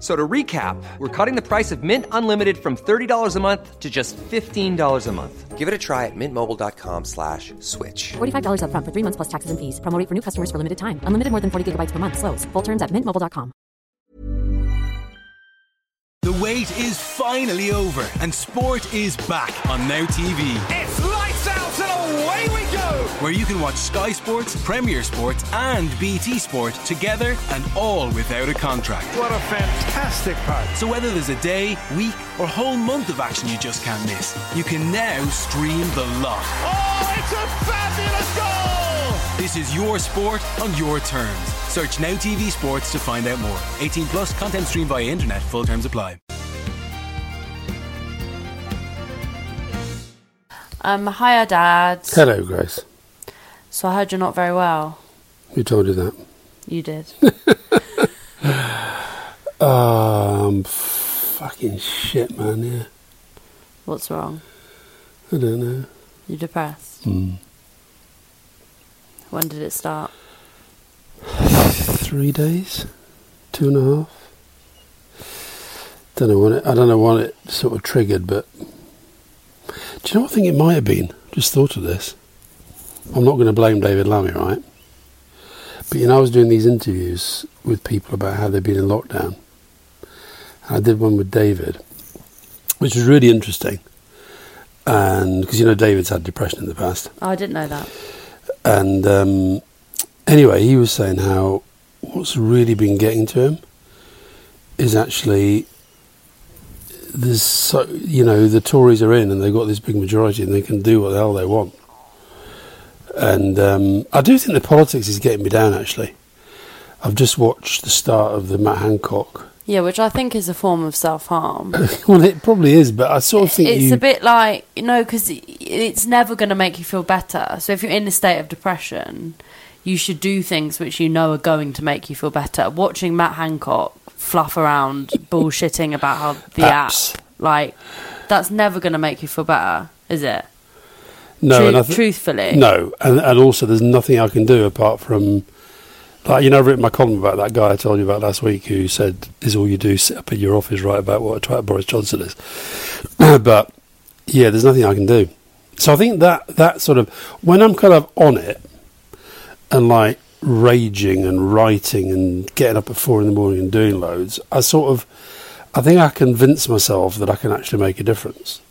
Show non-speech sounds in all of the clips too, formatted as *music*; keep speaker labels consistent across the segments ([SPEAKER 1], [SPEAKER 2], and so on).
[SPEAKER 1] So to recap, we're cutting the price of Mint Unlimited from $30 a month to just $15 a month. Give it a try at mintmobile.com slash switch.
[SPEAKER 2] $45 up front for three months plus taxes and fees. Promo rate for new customers for limited time. Unlimited more than 40 gigabytes per month. Slows. Full terms at mintmobile.com.
[SPEAKER 3] The wait is finally over, and sport is back on Now TV,
[SPEAKER 4] It's lights out and away we go!
[SPEAKER 3] where you can watch Sky Sports, Premier Sports, and BT Sport together and all without a contract.
[SPEAKER 4] What a fantastic part.
[SPEAKER 3] So whether there's a day, week, or whole month of action you just can't miss, you can now stream the lot.
[SPEAKER 4] Oh, it's a fabulous goal!
[SPEAKER 3] This is your sport on your terms. Search Now TV Sports to find out more. 18 plus content streamed via internet. Full terms apply.
[SPEAKER 5] Um, hiya, Dad.
[SPEAKER 6] Hello, Grace.
[SPEAKER 5] So I heard you're not very well.
[SPEAKER 6] Who told you that?
[SPEAKER 5] You
[SPEAKER 6] *laughs*
[SPEAKER 5] did.
[SPEAKER 6] Um, fucking shit, man. Yeah,
[SPEAKER 5] What's wrong?
[SPEAKER 6] I don't know.
[SPEAKER 5] You're depressed.
[SPEAKER 6] Hmm.
[SPEAKER 5] When did it start?
[SPEAKER 6] Three days, two and a half. Don't know what it. I don't know what it sort of triggered, but do you know what I think it might have been? Just thought of this. I'm not going to blame David Lammy, right? But you know, I was doing these interviews with people about how they've been in lockdown. And I did one with David, which was really interesting. And because you know, David's had depression in the past.
[SPEAKER 5] Oh, I didn't know that.
[SPEAKER 6] And um, anyway, he was saying how what's really been getting to him is actually there's so you know the Tories are in and they've got this big majority and they can do what the hell they want. And um, I do think the politics is getting me down. Actually, I've just watched the start of the Matt Hancock. *laughs*
[SPEAKER 5] Yeah, which I think is a form of self harm.
[SPEAKER 6] well, it probably is, but I sort of think
[SPEAKER 5] It's
[SPEAKER 6] you,
[SPEAKER 5] a bit like, you know, because it's never going to make you feel better. So if you're in a state of depression, you should do things which you know are going to make you feel better. Watching Matt Hancock fluff around bullshitting about how the
[SPEAKER 6] Apps.
[SPEAKER 5] app, like, that's never going to make you feel better, is it?
[SPEAKER 6] no,
[SPEAKER 5] Tru-
[SPEAKER 6] and I thi-
[SPEAKER 5] truthfully.
[SPEAKER 6] No, and, and also there's nothing I can do apart from, like you know, I've written my column about that guy I told you about last week who said, "Is all you do sit up in your office write about what a twat Boris Johnson is?" *clears throat* but yeah, there's nothing I can do. So I think that that sort of when I'm kind of on it and like raging and writing and getting up at four in the morning and doing loads, I sort of I think I convince myself that I can actually make a difference.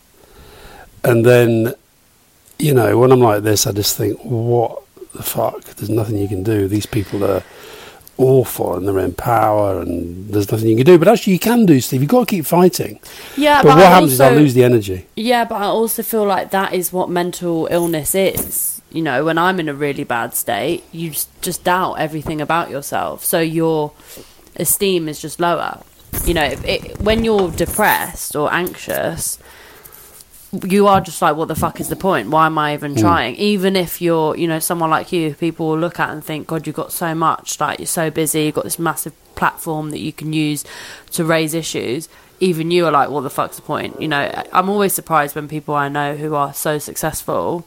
[SPEAKER 6] And then you know, when I'm like this, I just think, what the fuck? There's nothing you can do. These people are awful and they're in power and there's nothing you can do. But actually, you can do, Steve. You've got to keep fighting.
[SPEAKER 5] Yeah,
[SPEAKER 6] but, what
[SPEAKER 5] I
[SPEAKER 6] happens is I
[SPEAKER 5] Uh, also-
[SPEAKER 6] lose the energy.
[SPEAKER 5] Yeah, but I also feel like that is what mental illness is. You know, when I'm in a really bad state, you just, just doubt everything about yourself. So your esteem is just lower. You know, it, it, when you're depressed or anxious, you are just like, what the fuck is the point? Why am I even trying? Even if you're, you know, someone like you, people will look at and think, God, you've got so much, like you're so busy, you've got this massive platform that you can use to raise issues. Even you are like, what the fuck's the point? You know, I- I'm always surprised when people I know who are so successful.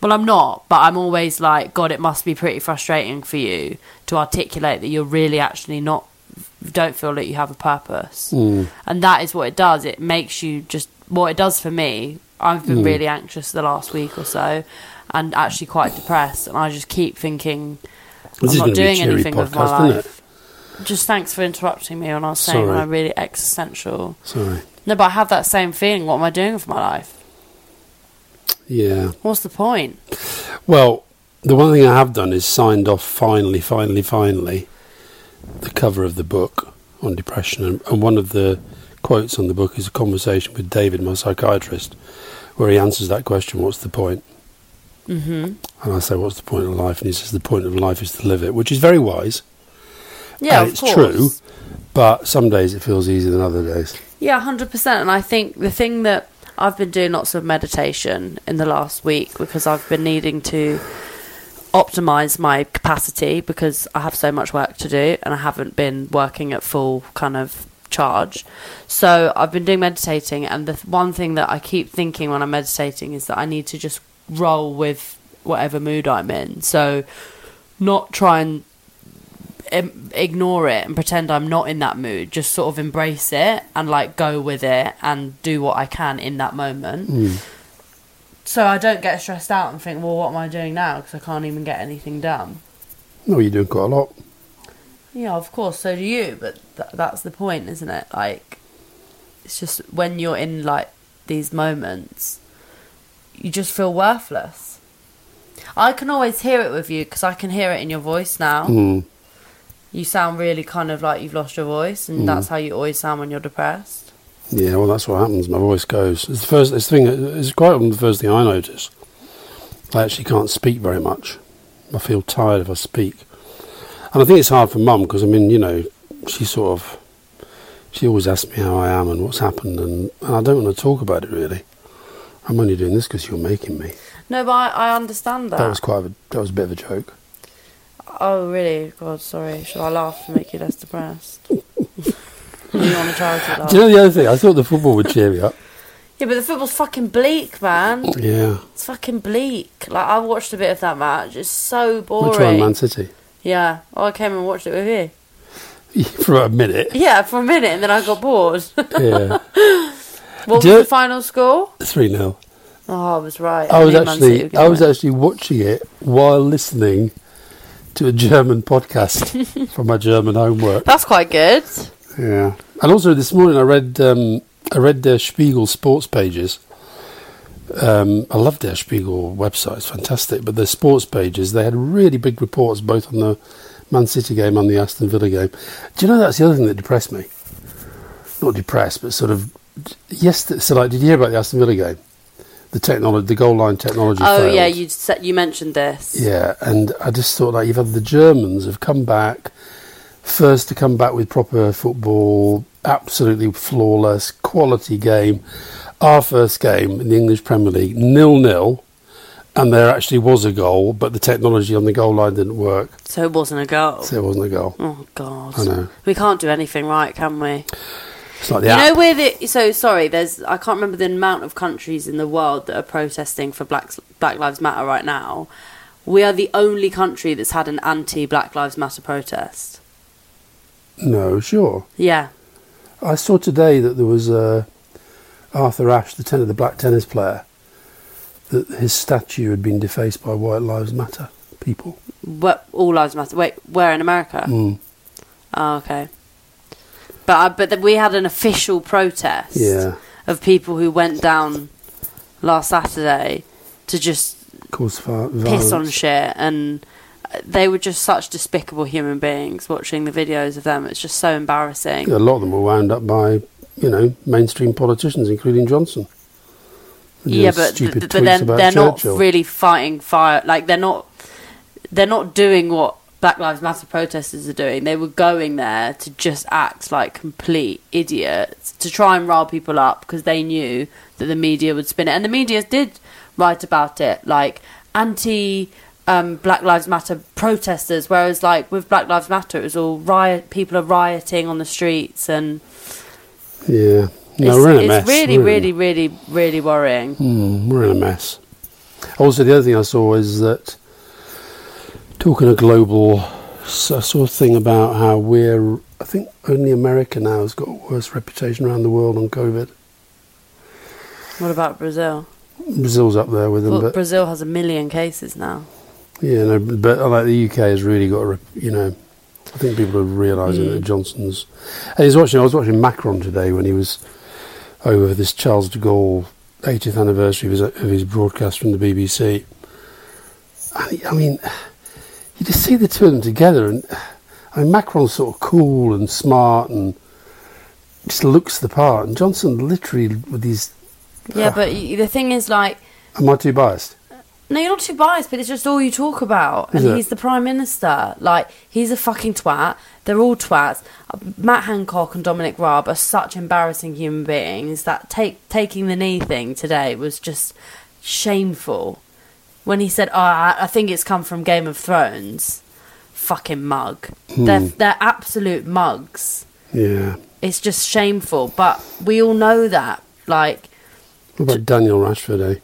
[SPEAKER 5] Well, I'm not, but I'm always like, God, it must be pretty frustrating for you to articulate that you're really actually not, don't feel that you have a purpose
[SPEAKER 6] Mm.
[SPEAKER 5] and that is what it does. It makes you just what it does for me. I've
[SPEAKER 6] Mm.
[SPEAKER 5] been really anxious the last week or so, and actually quite depressed. And I just keep thinking
[SPEAKER 6] This
[SPEAKER 5] I'm
[SPEAKER 6] is
[SPEAKER 5] not
[SPEAKER 6] going to be a
[SPEAKER 5] doing
[SPEAKER 6] cheery
[SPEAKER 5] anything with my
[SPEAKER 6] podcast, isn't it?
[SPEAKER 5] life. Just thanks for interrupting me when I was saying
[SPEAKER 6] Sorry.
[SPEAKER 5] I'm really existential.
[SPEAKER 6] Sorry.
[SPEAKER 5] No, but I have that same feeling. What am I doing with my life?
[SPEAKER 6] Yeah.
[SPEAKER 5] What's the point?
[SPEAKER 6] Well, the one thing I have done is signed off finally, finally, finally the cover of the book on depression, and, and one of the quotes on the book is a conversation with David, my psychiatrist, where he answers that question, "What's the point?"
[SPEAKER 5] hmm
[SPEAKER 6] And I say, "What's the point of life?" And he says, "The point of life is to live it," which is very wise.
[SPEAKER 5] Yeah,
[SPEAKER 6] and
[SPEAKER 5] of
[SPEAKER 6] Uh, it's
[SPEAKER 5] course.
[SPEAKER 6] true, but some days it feels easier than other days.
[SPEAKER 5] Yeah, hundred percent. And I think the thing that I've been doing lots of meditation in the last week because I've been needing to optimize my capacity because I have so much work to do and I haven't been working at full kind of charge. So I've been doing meditating, and the th- one thing that I keep thinking when I'm meditating is that I need to just roll with whatever mood I'm in. So not try and im- ignore it and pretend I'm not in that mood. Just sort of embrace it and like go with it and do what I can in that moment. So I don't get stressed out and think, well, what am I doing now? Because I can't even get anything done.
[SPEAKER 6] No, you're doing quite a lot.
[SPEAKER 5] Yeah, of course. So do you, but th- that's the point, isn't it? Like, it's just when you're in like these moments, you just feel worthless. I can always hear it with you because I can hear it in your voice now.
[SPEAKER 6] Mm.
[SPEAKER 5] You sound really kind of like you've lost your voice,
[SPEAKER 6] Mm.
[SPEAKER 5] and that's how you always sound when you're depressed.
[SPEAKER 6] Yeah, well, that's what happens. My voice goes. It's the first. It's the thing. It's quite often the first thing I notice. I actually can't speak very much. I feel tired if I speak, and I think it's hard for mum because I mean, you know, she sort of, she always asks me how I am and what's happened, and, and I don't want to talk about it really. I'm only doing this because you're making me.
[SPEAKER 5] No, but I, I understand that.
[SPEAKER 6] That was quite. A, that was a bit of a joke.
[SPEAKER 5] oh, really? God, sorry. Shall I laugh to make you less
[SPEAKER 6] *laughs*
[SPEAKER 5] depressed? you want to try to laugh?
[SPEAKER 6] Do you know the other thing? I thought the football would cheer me up.
[SPEAKER 5] yeah, but the football's fucking bleak, man.
[SPEAKER 6] Yeah.
[SPEAKER 5] It's fucking bleak. Like I watched a bit of that match. It's so
[SPEAKER 6] Which one,
[SPEAKER 5] boring.
[SPEAKER 6] Man City? *laughs*
[SPEAKER 5] yeah. Oh, I came and watched it with you. *laughs*
[SPEAKER 6] For about a minute.
[SPEAKER 5] Yeah, for a minute, and then I got bored. *laughs*
[SPEAKER 6] Yeah.
[SPEAKER 5] what was
[SPEAKER 6] Do-
[SPEAKER 5] the final score?
[SPEAKER 6] Three 0
[SPEAKER 5] Oh, I was right.
[SPEAKER 6] I was
[SPEAKER 5] knew Man City were
[SPEAKER 6] actually
[SPEAKER 5] gonna
[SPEAKER 6] I was
[SPEAKER 5] win.
[SPEAKER 6] actually watching it while listening to a German podcast for my German homework.
[SPEAKER 5] That's quite good.
[SPEAKER 6] Yeah, and also this morning I read um, I read their Spiegel sports pages. Um, I love their Spiegel website; it's fantastic. But their sports pages they had really big reports both on the Man City game and the Aston Villa game. Do you know that's the other thing that depressed me? Not depressed, but sort of yes. So, like, did you hear about the Aston Villa game? The technology, the goal line technology.
[SPEAKER 5] Oh yeah,
[SPEAKER 6] failed.
[SPEAKER 5] you said you mentioned this.
[SPEAKER 6] Yeah, and I just thought like you've had the Germans have come back first to come back with proper football, absolutely flawless quality game. Our first game in the English Premier League, nil nil, and there actually was a goal, but the technology on the goal line didn't work,
[SPEAKER 5] So it wasn't a goal.
[SPEAKER 6] so it wasn't a goal.
[SPEAKER 5] Oh God!
[SPEAKER 6] I know.
[SPEAKER 5] We can't do anything right, can we?
[SPEAKER 6] It's like the
[SPEAKER 5] You
[SPEAKER 6] app.
[SPEAKER 5] know where the so sorry. There's I can't remember the amount of countries in the world that are protesting for Black Black Lives Matter right now. We are the only country that's had an anti Black Lives Matter protest.
[SPEAKER 6] no, sure.
[SPEAKER 5] Yeah,
[SPEAKER 6] I saw today that there was uh, Arthur Ashe, the ten the black tennis player, that his statue had been defaced by White Lives Matter people.
[SPEAKER 5] what all lives matter. Wait, where in America?
[SPEAKER 6] Mm.
[SPEAKER 5] Oh, okay. But I, but th- we had an official protest
[SPEAKER 6] Yeah.
[SPEAKER 5] of people who went down last Saturday to just
[SPEAKER 6] cause vi- violence.
[SPEAKER 5] piss on shit and they were just such despicable human beings watching the videos of them it's just so embarrassing
[SPEAKER 6] Yeah, a lot of them were wound up by you know mainstream politicians, including Johnson. And
[SPEAKER 5] yeah
[SPEAKER 6] those
[SPEAKER 5] but, th- th-
[SPEAKER 6] stupid tweets
[SPEAKER 5] but then
[SPEAKER 6] about
[SPEAKER 5] they're
[SPEAKER 6] Churchill.
[SPEAKER 5] not really fighting fire like they're not they're not doing what black lives matter protesters are doing they were going there to just act like complete idiots to try and rile people up because they knew that the media would spin it and the media did write about it like anti um, Black Lives Matter protesters, whereas like with Black Lives Matter, it was all riot. People are rioting on the streets, and
[SPEAKER 6] Yeah,
[SPEAKER 5] it's,
[SPEAKER 6] no, we're in a
[SPEAKER 5] it's
[SPEAKER 6] mess.
[SPEAKER 5] really,
[SPEAKER 6] We're in
[SPEAKER 5] really,
[SPEAKER 6] a-
[SPEAKER 5] really, really worrying.
[SPEAKER 6] Mm, we're in a mess. Also, the other thing I saw is that talking a global s- I saw a thing about how we're. I think only America now has got a worse reputation around the world on COVID.
[SPEAKER 5] What about Brazil?
[SPEAKER 6] Brazil's up there with them,
[SPEAKER 5] Well,
[SPEAKER 6] but
[SPEAKER 5] Brazil has a million cases now.
[SPEAKER 6] Yeah, no, but uh, like the UK has really got, a, rep- you know, I think people are realising that Johnson's. And he's watching. I was watching Macron today when he was over this Charles de Gaulle 80th anniversary of his, of his broadcast from the BBC. And he, I mean, you just see the two of them together, and I mean, Macron's sort of cool and smart and just looks the part, and Johnson literally with these.
[SPEAKER 5] Yeah, but y- the thing is, like,
[SPEAKER 6] Am I too biased?
[SPEAKER 5] no, you're not too biased, but it's just all you talk about.
[SPEAKER 6] Is
[SPEAKER 5] and
[SPEAKER 6] it?
[SPEAKER 5] he's the prime minister. Like, he's a fucking twat. They're all twats. Uh, Matt Hancock and Dominic Raab are such embarrassing human beings. That take taking the knee thing today was just shameful. When he said, "Oh, I, I think it's come from Game of Thrones," fucking mug. They're they're absolute mugs.
[SPEAKER 6] Yeah.
[SPEAKER 5] It's just shameful. But we all know that. Like,
[SPEAKER 6] What about Daniel Rashford, eh?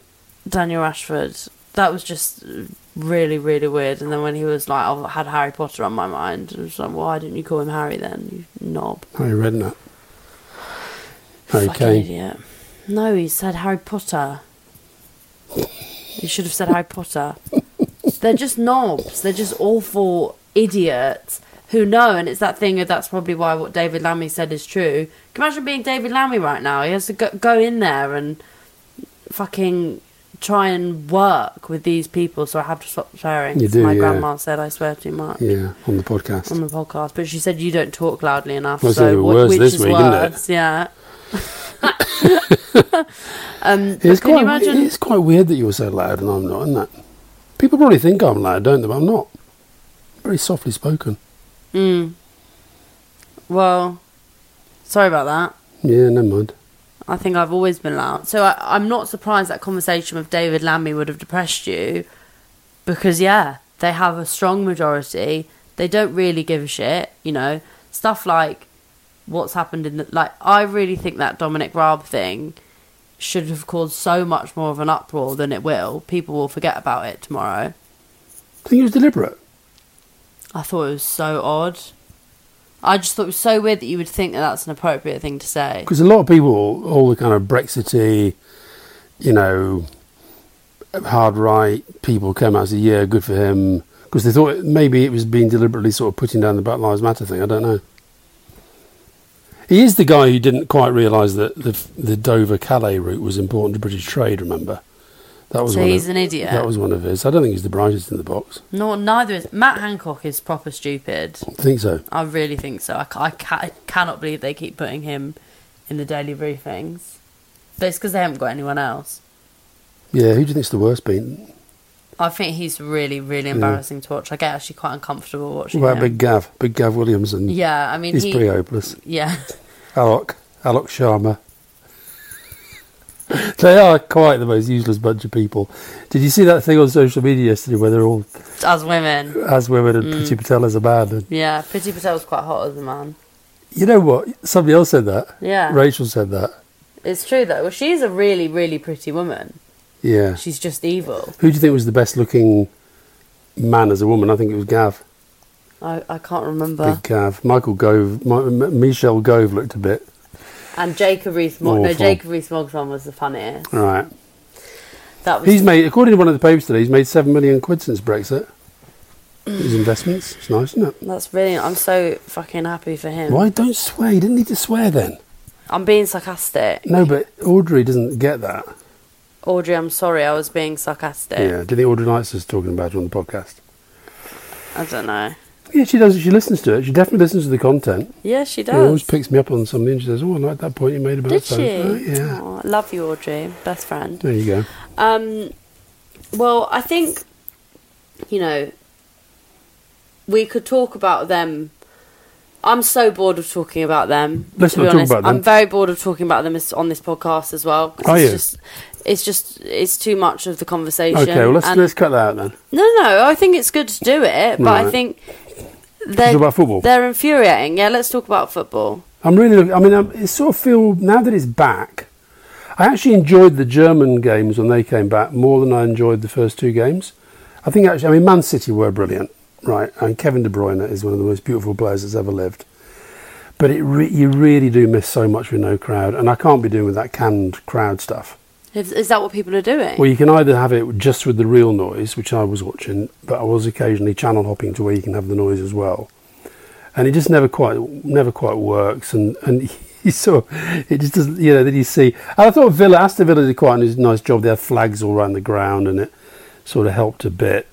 [SPEAKER 5] Daniel Ashford. That was just really, really weird. And then when he was like, "Oh, I had Harry Potter on my mind, I was like, why didn't you call him Harry then, you knob?
[SPEAKER 6] Harry Redknapp. Harry
[SPEAKER 5] Fucking
[SPEAKER 6] Kane.
[SPEAKER 5] idiot. No, he said Harry Potter. He should have said Harry Potter. They're just knobs. They're just awful idiots who know. And it's that thing of that's probably why what David Lammy said is true. Can you Imagine being David Lammy right now. He has to go, go in there and fucking try and work with these people. So I have to stop swearing.
[SPEAKER 6] You do,
[SPEAKER 5] My
[SPEAKER 6] yeah.
[SPEAKER 5] grandma said I swear too much
[SPEAKER 6] Yeah, on the podcast.
[SPEAKER 5] on the podcast, but she said you don't talk loudly enough.
[SPEAKER 6] Well, it's
[SPEAKER 5] so
[SPEAKER 6] even
[SPEAKER 5] wh-
[SPEAKER 6] worse
[SPEAKER 5] which
[SPEAKER 6] this
[SPEAKER 5] is
[SPEAKER 6] week, isn't it?
[SPEAKER 5] worse?
[SPEAKER 6] *laughs*
[SPEAKER 5] Yeah. um, but can
[SPEAKER 6] it's,
[SPEAKER 5] you
[SPEAKER 6] quite,
[SPEAKER 5] imagine?
[SPEAKER 6] it's quite weird that you're so loud and I'm not, isn't it? People probably think I'm loud, don't they? But I'm not. Very softly spoken.
[SPEAKER 5] Mm. well, sorry about that.
[SPEAKER 6] Yeah, never mind.
[SPEAKER 5] I think I've always been loud, so I, I'm not surprised that conversation with David Lammy would have depressed you, because yeah, they have a strong majority. They don't really give a shit, you know. Stuff like what's happened in the like. I really think that Dominic Raab thing should have caused so much more of an uproar than it will. People will forget about it tomorrow.
[SPEAKER 6] I think it was deliberate.
[SPEAKER 5] I thought it was so odd. I just thought it was so weird that you would think that that's an appropriate thing to say.
[SPEAKER 6] Because a lot of people, all the kind of Brexity, you know, hard right people came out and said, yeah, good for him. Because they thought maybe it was being deliberately sort of putting down the Black Lives Matter thing. I don't know. He is the guy who didn't quite realise that the, the Dover Calais route was important to British trade, remember? That was
[SPEAKER 5] So
[SPEAKER 6] one
[SPEAKER 5] he's
[SPEAKER 6] of,
[SPEAKER 5] an idiot.
[SPEAKER 6] That was one of his. I don't think he's the brightest in the box.
[SPEAKER 5] No, neither is Matt Hancock is proper stupid.
[SPEAKER 6] I think so.
[SPEAKER 5] I really think so. I, ca- I, ca- I cannot believe they keep putting him in the daily briefings. But it's because they haven't got anyone else.
[SPEAKER 6] Yeah, who do you think's the worst been?
[SPEAKER 5] I think he's really, really embarrassing to watch. I get actually quite uncomfortable watching
[SPEAKER 6] What about
[SPEAKER 5] him.
[SPEAKER 6] Big Gav? Big Gav Williams and
[SPEAKER 5] yeah, I mean,
[SPEAKER 6] he's
[SPEAKER 5] he,
[SPEAKER 6] pretty hopeless.
[SPEAKER 5] yeah, *laughs*
[SPEAKER 6] Alok, Alok Sharma. *laughs* they are quite the most useless bunch of people. Did you see that thing on social media yesterday where they're all
[SPEAKER 5] as women,
[SPEAKER 6] as women and Pretty Patel as a man? And
[SPEAKER 5] yeah, Pretty Patel's quite hot as a man.
[SPEAKER 6] you know what? Somebody else said that.
[SPEAKER 5] Yeah.
[SPEAKER 6] Rachel said that.
[SPEAKER 5] It's true though. Well, she's a really, really pretty woman.
[SPEAKER 6] Yeah.
[SPEAKER 5] She's just evil.
[SPEAKER 6] Who do you think was the best looking man as a woman? I think it was Gav.
[SPEAKER 5] I, I can't remember.
[SPEAKER 6] Big Gav. Michael Gove. Mi- M- Michelle Gove looked a bit.
[SPEAKER 5] And Jacob Rees-Mogg. No,
[SPEAKER 6] Awful.
[SPEAKER 5] Jacob Rees-Mogg's one was the funniest.
[SPEAKER 6] All right.
[SPEAKER 5] That was
[SPEAKER 6] He's made, according to one of the papers today, he's made seven million quid since Brexit. His investments. It's nice, isn't it?
[SPEAKER 5] That's brilliant. I'm so fucking happy for him.
[SPEAKER 6] Why don't swear? You didn't need to swear then.
[SPEAKER 5] I'm being sarcastic.
[SPEAKER 6] No, but Audrey doesn't get that.
[SPEAKER 5] Audrey, I'm sorry, I was being sarcastic.
[SPEAKER 6] Yeah. Do you think Audrey likes us talking about it on the podcast?
[SPEAKER 5] I don't know.
[SPEAKER 6] Yeah, she does. She listens to it. She definitely listens to the content.
[SPEAKER 5] Yeah, she
[SPEAKER 6] She always
[SPEAKER 5] does.
[SPEAKER 6] picks me up on something and she says, Oh, I like that point you made about
[SPEAKER 5] Did
[SPEAKER 6] so
[SPEAKER 5] she?
[SPEAKER 6] yeah.
[SPEAKER 5] Aw, I love you, Audrey. Best friend.
[SPEAKER 6] There you go.
[SPEAKER 5] Um, well, I think, you know, we could talk about them. I'm so bored of talking about them.
[SPEAKER 6] Let's
[SPEAKER 5] to
[SPEAKER 6] not
[SPEAKER 5] be
[SPEAKER 6] talk
[SPEAKER 5] honest.
[SPEAKER 6] about them.
[SPEAKER 5] I'm very bored of talking about them as- on this podcast as well. 'cause
[SPEAKER 6] Are
[SPEAKER 5] it's
[SPEAKER 6] you?
[SPEAKER 5] Just, it's just, it's too much of the conversation.
[SPEAKER 6] Okay, well, let's,
[SPEAKER 5] um, and-
[SPEAKER 6] let's cut that out then.
[SPEAKER 5] No, no, I think it's good to do it, but I
[SPEAKER 6] Right.
[SPEAKER 5] think they're,
[SPEAKER 6] about football?
[SPEAKER 5] They're infuriating. Yeah, let's talk about football.
[SPEAKER 6] I'm really looking. I mean, I'm, it sort of feel now that it's back. I actually enjoyed the German games when they came back more than I enjoyed the first two games. I think actually, I mean, Man City were brilliant, right? And Kevin De Bruyne is one of the most beautiful players that's ever lived. But it re- you really do miss so much with no crowd, and I can't be doing with that canned crowd stuff.
[SPEAKER 5] Is, is that what people are doing?
[SPEAKER 6] Well, you can either have it just with the real noise, which I was watching, but I was occasionally channel hopping to where you can have the noise as well, and it just never quite never quite works. And and *laughs* you saw it just doesn't, you know. Then you see, and I thought Villa Aston Villa did quite a nice job. They had flags all around the ground, and it sort of helped a bit.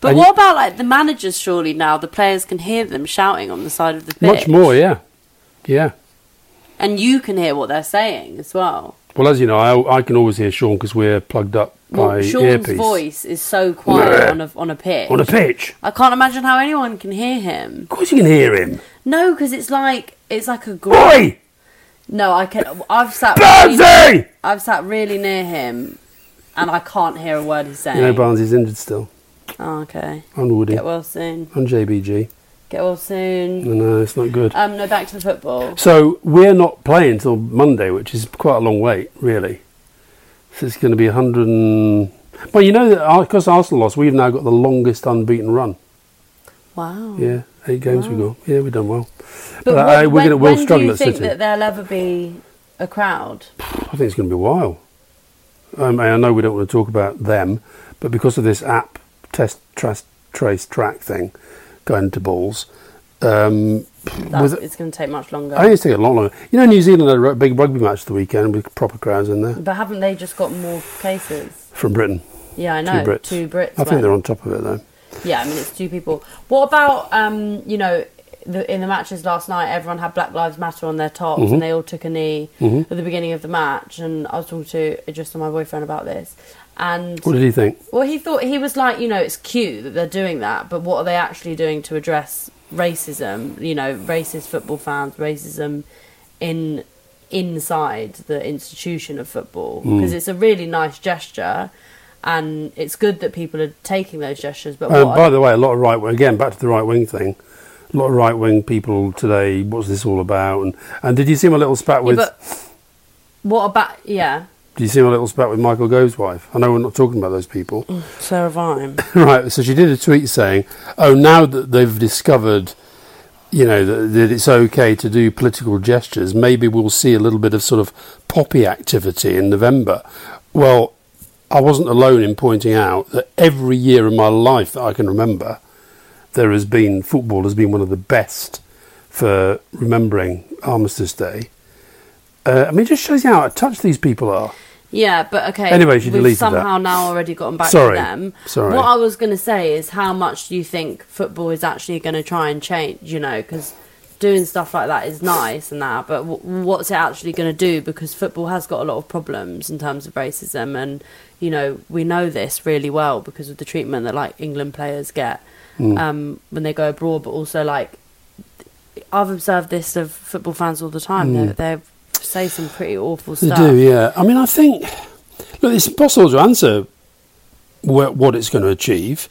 [SPEAKER 5] But
[SPEAKER 6] And
[SPEAKER 5] what about like the managers? Surely now the players can hear them shouting on the side of the pitch.
[SPEAKER 6] Much more, yeah, yeah.
[SPEAKER 5] and you can hear what they're saying as well.
[SPEAKER 6] Well, as you know, I, I can always hear Sean because we're plugged up by
[SPEAKER 5] Well, Sean's
[SPEAKER 6] earpiece
[SPEAKER 5] voice is so quiet on a on a pitch.
[SPEAKER 6] on a pitch.
[SPEAKER 5] I can't imagine how anyone can hear him.
[SPEAKER 6] Of course, you can hear him.
[SPEAKER 5] No, because it's like it's like a gr-
[SPEAKER 6] Oi,
[SPEAKER 5] No, I can. I've sat. Really,
[SPEAKER 6] Barnsley!
[SPEAKER 5] I've sat really near him, and I can't hear a word he's saying.
[SPEAKER 6] You know, Barnes is injured still.
[SPEAKER 5] oh, okay.
[SPEAKER 6] On Woody,
[SPEAKER 5] Get well soon.
[SPEAKER 6] on JBG.
[SPEAKER 5] Get well soon.
[SPEAKER 6] No, no, it's not good.
[SPEAKER 5] Um, no, back to the football.
[SPEAKER 6] So we're not playing till Monday, which is quite a long wait, really. So it's going to be 100. And... But you know that because Arsenal lost, we've now got the longest unbeaten run.
[SPEAKER 5] Wow.
[SPEAKER 6] Yeah, eight games we got. Yeah, we've done well.
[SPEAKER 5] But,
[SPEAKER 6] But,
[SPEAKER 5] what-
[SPEAKER 6] uh, we're
[SPEAKER 5] when,
[SPEAKER 6] gonna- we'll
[SPEAKER 5] when
[SPEAKER 6] struggle
[SPEAKER 5] do you
[SPEAKER 6] at
[SPEAKER 5] think
[SPEAKER 6] City.
[SPEAKER 5] that there'll ever be a crowd?
[SPEAKER 6] I think it's going to be a while. Um, I know we don't want to talk about them, but because of this app test, trust, trace, track thing going to balls, um,
[SPEAKER 5] That,
[SPEAKER 6] with,
[SPEAKER 5] it's going to take much longer.
[SPEAKER 6] I think it's taking a lot longer. You know, New Zealand had a r- big rugby match the weekend with proper crowds in there
[SPEAKER 5] but haven't they just got more cases?
[SPEAKER 6] from Britain.
[SPEAKER 5] Yeah, I know.
[SPEAKER 6] two Brits. I think
[SPEAKER 5] went.
[SPEAKER 6] they're on top of it though.
[SPEAKER 5] Yeah, I mean it's two people. What about um, you know, the, in the matches last night, everyone had Black Lives Matter on their tops,
[SPEAKER 6] Mm-hmm.
[SPEAKER 5] and they all took a knee at the beginning of the match. And I was talking to just my boyfriend about this, and
[SPEAKER 6] What did he think?
[SPEAKER 5] well, he thought he was like, you know, it's cute that they're doing that, but what are they actually doing to address racism? You know, racist football fans, racism in inside the institution of football because it's a really nice gesture. And it's good that people are taking those gestures, but
[SPEAKER 6] Um,
[SPEAKER 5] what
[SPEAKER 6] by the way, a lot of right wing again back to the right wing thing. A lot of right wing people today. What's this all about? And and did you see my little spat
[SPEAKER 5] Yeah,
[SPEAKER 6] with?
[SPEAKER 5] but what about yeah?
[SPEAKER 6] did you see my little spat with Michael Gove's wife? I know we're not talking about those people.
[SPEAKER 5] Sarah Vine.
[SPEAKER 6] *laughs* right, so she did a tweet saying, "Oh, now that they've discovered, you know, that, that it's okay to do political gestures, maybe we'll see a little bit of sort of poppy activity in November." Well, I wasn't alone in pointing out that every year in my life that I can remember, there has been football has been one of the best for remembering Armistice Day. Uh, I mean, it just shows you how out of touch these people are.
[SPEAKER 5] Yeah, but okay.
[SPEAKER 6] Anyway, she
[SPEAKER 5] we've
[SPEAKER 6] deleted
[SPEAKER 5] somehow
[SPEAKER 6] that.
[SPEAKER 5] now already gotten back
[SPEAKER 6] Sorry,
[SPEAKER 5] to them.
[SPEAKER 6] sorry.
[SPEAKER 5] What I was going to say is how much do you think football is actually going to try and change? You know, because doing stuff like that is nice and that, but w- what's it actually going to do? Because football has got a lot of problems in terms of racism, and you know we know this really well because of the treatment that like England players get
[SPEAKER 6] Mm.
[SPEAKER 5] um, when they go abroad, but also like. I've observed this of football fans all the time. They they say some pretty awful
[SPEAKER 6] Mm. They
[SPEAKER 5] stuff.
[SPEAKER 6] do, yeah. I mean, I think look, it's impossible to answer wh- what it's going to achieve.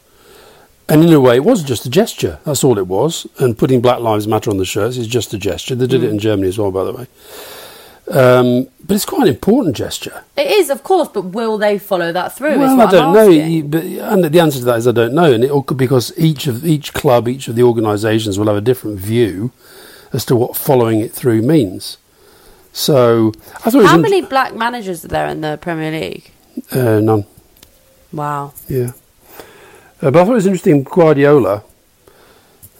[SPEAKER 6] And in a way, it was just a gesture. That's all it was. And putting Black Lives Matter on the shirts is just a gesture. They
[SPEAKER 5] Mm.
[SPEAKER 6] did it in Germany as well, by the way. Um, but it's quite an important gesture.
[SPEAKER 5] It is, of course, but will they follow that through? is
[SPEAKER 6] Well,
[SPEAKER 5] what
[SPEAKER 6] I don't
[SPEAKER 5] I'm
[SPEAKER 6] know.
[SPEAKER 5] asking.
[SPEAKER 6] You- But, and the answer to that is I don't know. And it all could because each of each club, each of the organisations will have a different view as to what following it through means. So I thought it was
[SPEAKER 5] How
[SPEAKER 6] in-
[SPEAKER 5] many black managers are there in the Premier League?
[SPEAKER 6] uh, none.
[SPEAKER 5] Wow.
[SPEAKER 6] Yeah. Uh, but I thought it was interesting. Guardiola,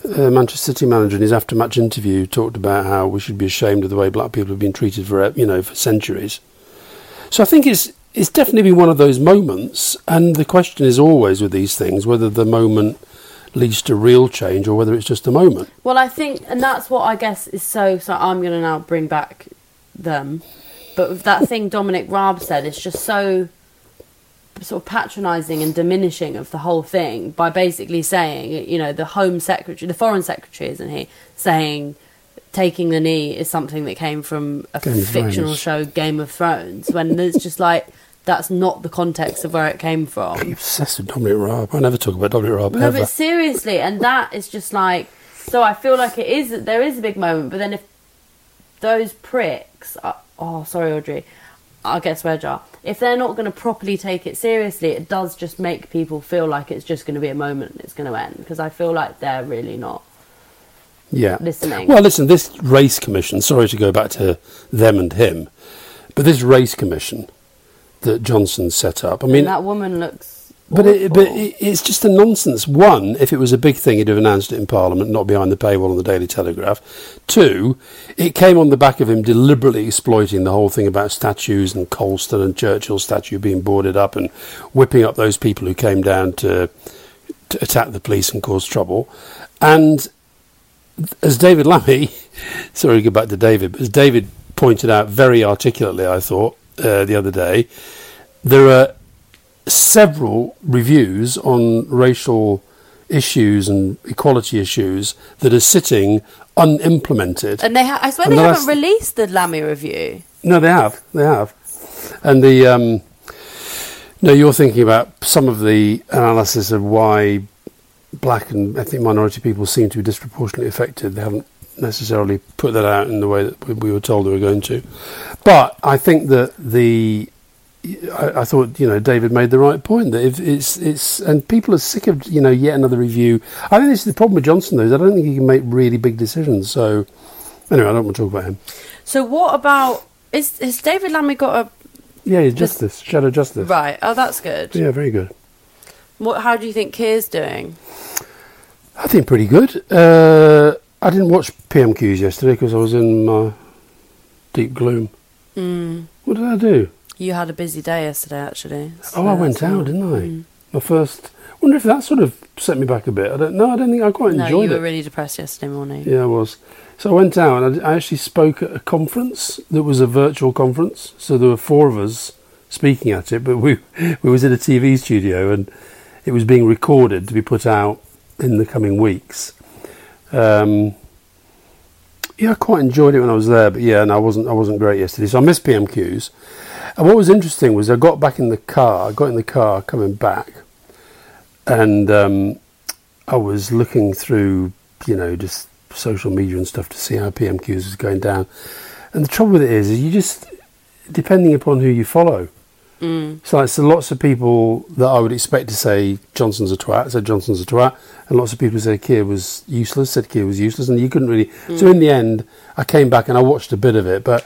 [SPEAKER 6] uh, Manchester City manager, in his after-match interview, talked about how we should be ashamed of the way black people have been treated for uh, you know for centuries. So I think it's it's definitely been one of those moments, and the question is always with these things whether the moment leads to real change or whether it's just a moment.
[SPEAKER 5] Well, I think, and that's what I guess is so. So I'm going to now bring back them, but that thing Dominic Raab said is just so sort of patronising and diminishing of the whole thing by basically saying, you know, the Home Secretary, the Foreign Secretary, isn't he, saying taking the knee is something that came from a
[SPEAKER 6] Game of
[SPEAKER 5] fictional
[SPEAKER 6] Thrones.
[SPEAKER 5] show, Game of Thrones, when it's just like that's not the context of where it came from.
[SPEAKER 6] You're obsessed with Dominic Raab. I never talk about Dominic Raab
[SPEAKER 5] No,
[SPEAKER 6] ever.
[SPEAKER 5] but seriously, and that is just like so. I feel like it is there is a big moment, but then if those pricks, are, oh sorry, Audrey, I get swear jar. If they're not going to properly take it seriously, it does just make people feel like it's just going to be a moment and it's going to end. Because I feel like they're really not.
[SPEAKER 6] yeah.
[SPEAKER 5] listening.
[SPEAKER 6] Well, listen, this race commission, sorry to go back to them and him, but this race commission that Johnson set up, I mean,
[SPEAKER 5] and that woman looks.
[SPEAKER 6] but, it, but
[SPEAKER 5] awful.
[SPEAKER 6] it, it's just a nonsense. One, if it was a big thing, he'd have announced it in Parliament, not behind the paywall on the Daily Telegraph. Two, it came on the back of him deliberately exploiting the whole thing about statues and Colston and Churchill statue being boarded up and whipping up those people who came down to to attack the police and cause trouble. And as David Lammy, *laughs* sorry to go back to David, but as David pointed out very articulately, I thought, uh, the other day, there are several reviews on racial issues and equality issues that are sitting unimplemented.
[SPEAKER 7] And they, ha- I swear,
[SPEAKER 6] And
[SPEAKER 7] they
[SPEAKER 6] the
[SPEAKER 7] haven't
[SPEAKER 6] last-
[SPEAKER 7] released the Lammy review.
[SPEAKER 6] No, they have. They have. And the um, no, you're thinking about some of the analysis of why black and ethnic minority people seem to be disproportionately affected. They haven't necessarily put that out in the way that we- we were told they were going to. But I think that the I, I thought you know David made the right point that if it's it's and people are sick of you know yet another review. I think this is the problem with Johnson though. Is I don't think he can make really big decisions. So anyway, I don't want to talk about him.
[SPEAKER 5] So what about is has David Lammy got a
[SPEAKER 6] Yeah, he's justice, shadow justice.
[SPEAKER 7] Right. Oh, that's good.
[SPEAKER 6] Yeah, very good.
[SPEAKER 7] What? How do you think Keir's doing?
[SPEAKER 6] I think pretty good. Uh, I didn't watch PMQs yesterday because I was in my deep gloom.
[SPEAKER 7] Mm.
[SPEAKER 6] What did I do?
[SPEAKER 7] You had a busy day yesterday, actually. so
[SPEAKER 6] Oh, I
[SPEAKER 7] that's
[SPEAKER 6] went out,
[SPEAKER 7] not-
[SPEAKER 6] didn't I?
[SPEAKER 7] Mm.
[SPEAKER 6] My first. Wonder if that sort of set me back a bit. I don't. No, I don't think I quite
[SPEAKER 7] No, you
[SPEAKER 6] enjoyed
[SPEAKER 7] were
[SPEAKER 6] it.
[SPEAKER 7] really depressed yesterday morning.
[SPEAKER 6] Yeah, I was. So I went out and I, I actually spoke at a conference that was a virtual conference. So there were four of us speaking at it, but we *laughs* we was in a TV studio and it was being recorded to be put out in the coming weeks. Um, yeah, I quite enjoyed it when I was there, but yeah, and no, I wasn't I wasn't great yesterday, so I missed PMQs. And what was interesting was I got back in the car. I got in the car coming back, and um, I was looking through, you know, just social media and stuff to see how PMQs is going down. And the trouble with it is, is you just depending upon who you follow. So it's lots of people that I would expect to say Johnson's a twat, said Johnson's a twat, and lots of people who said Keir was useless, said Keir was useless, and you couldn't really. So in the end, I came back and I watched a bit of it, but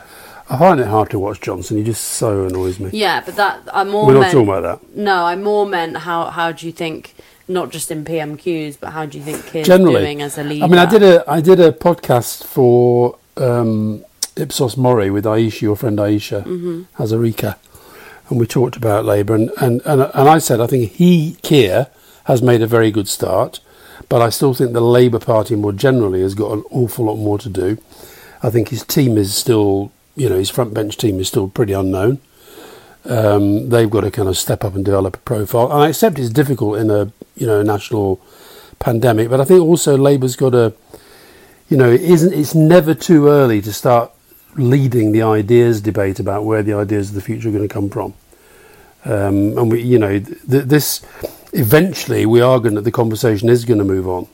[SPEAKER 6] I find it hard to watch Johnson. He just so annoys me.
[SPEAKER 5] Yeah, but that I'm more
[SPEAKER 6] We're not
[SPEAKER 5] meant,
[SPEAKER 6] talking about that.
[SPEAKER 5] No, I more meant how how do you think not just in PMQs, but how do you think kids
[SPEAKER 6] Generally,
[SPEAKER 5] doing as a leader?
[SPEAKER 6] I mean, I did a I did a podcast for um, Ipsos Mori with Aisha, your friend Aisha
[SPEAKER 5] Mm-hmm.
[SPEAKER 6] Hazarika, and we talked about Labour, and, and, and and I said I think he Keir has made a very good start, but I still think the Labour Party more generally has got an awful lot more to do. I think his team is still, you know, his front bench team is still pretty unknown. Um, they've got to kind of step up and develop a profile. And I accept it's difficult in a you know national pandemic, but I think also Labour's got to, you know, it isn't it's never too early to start leading the ideas debate about where the ideas of the future are going to come from. Um, and we, you know, th- th- this eventually we are going to the conversation is going to move on.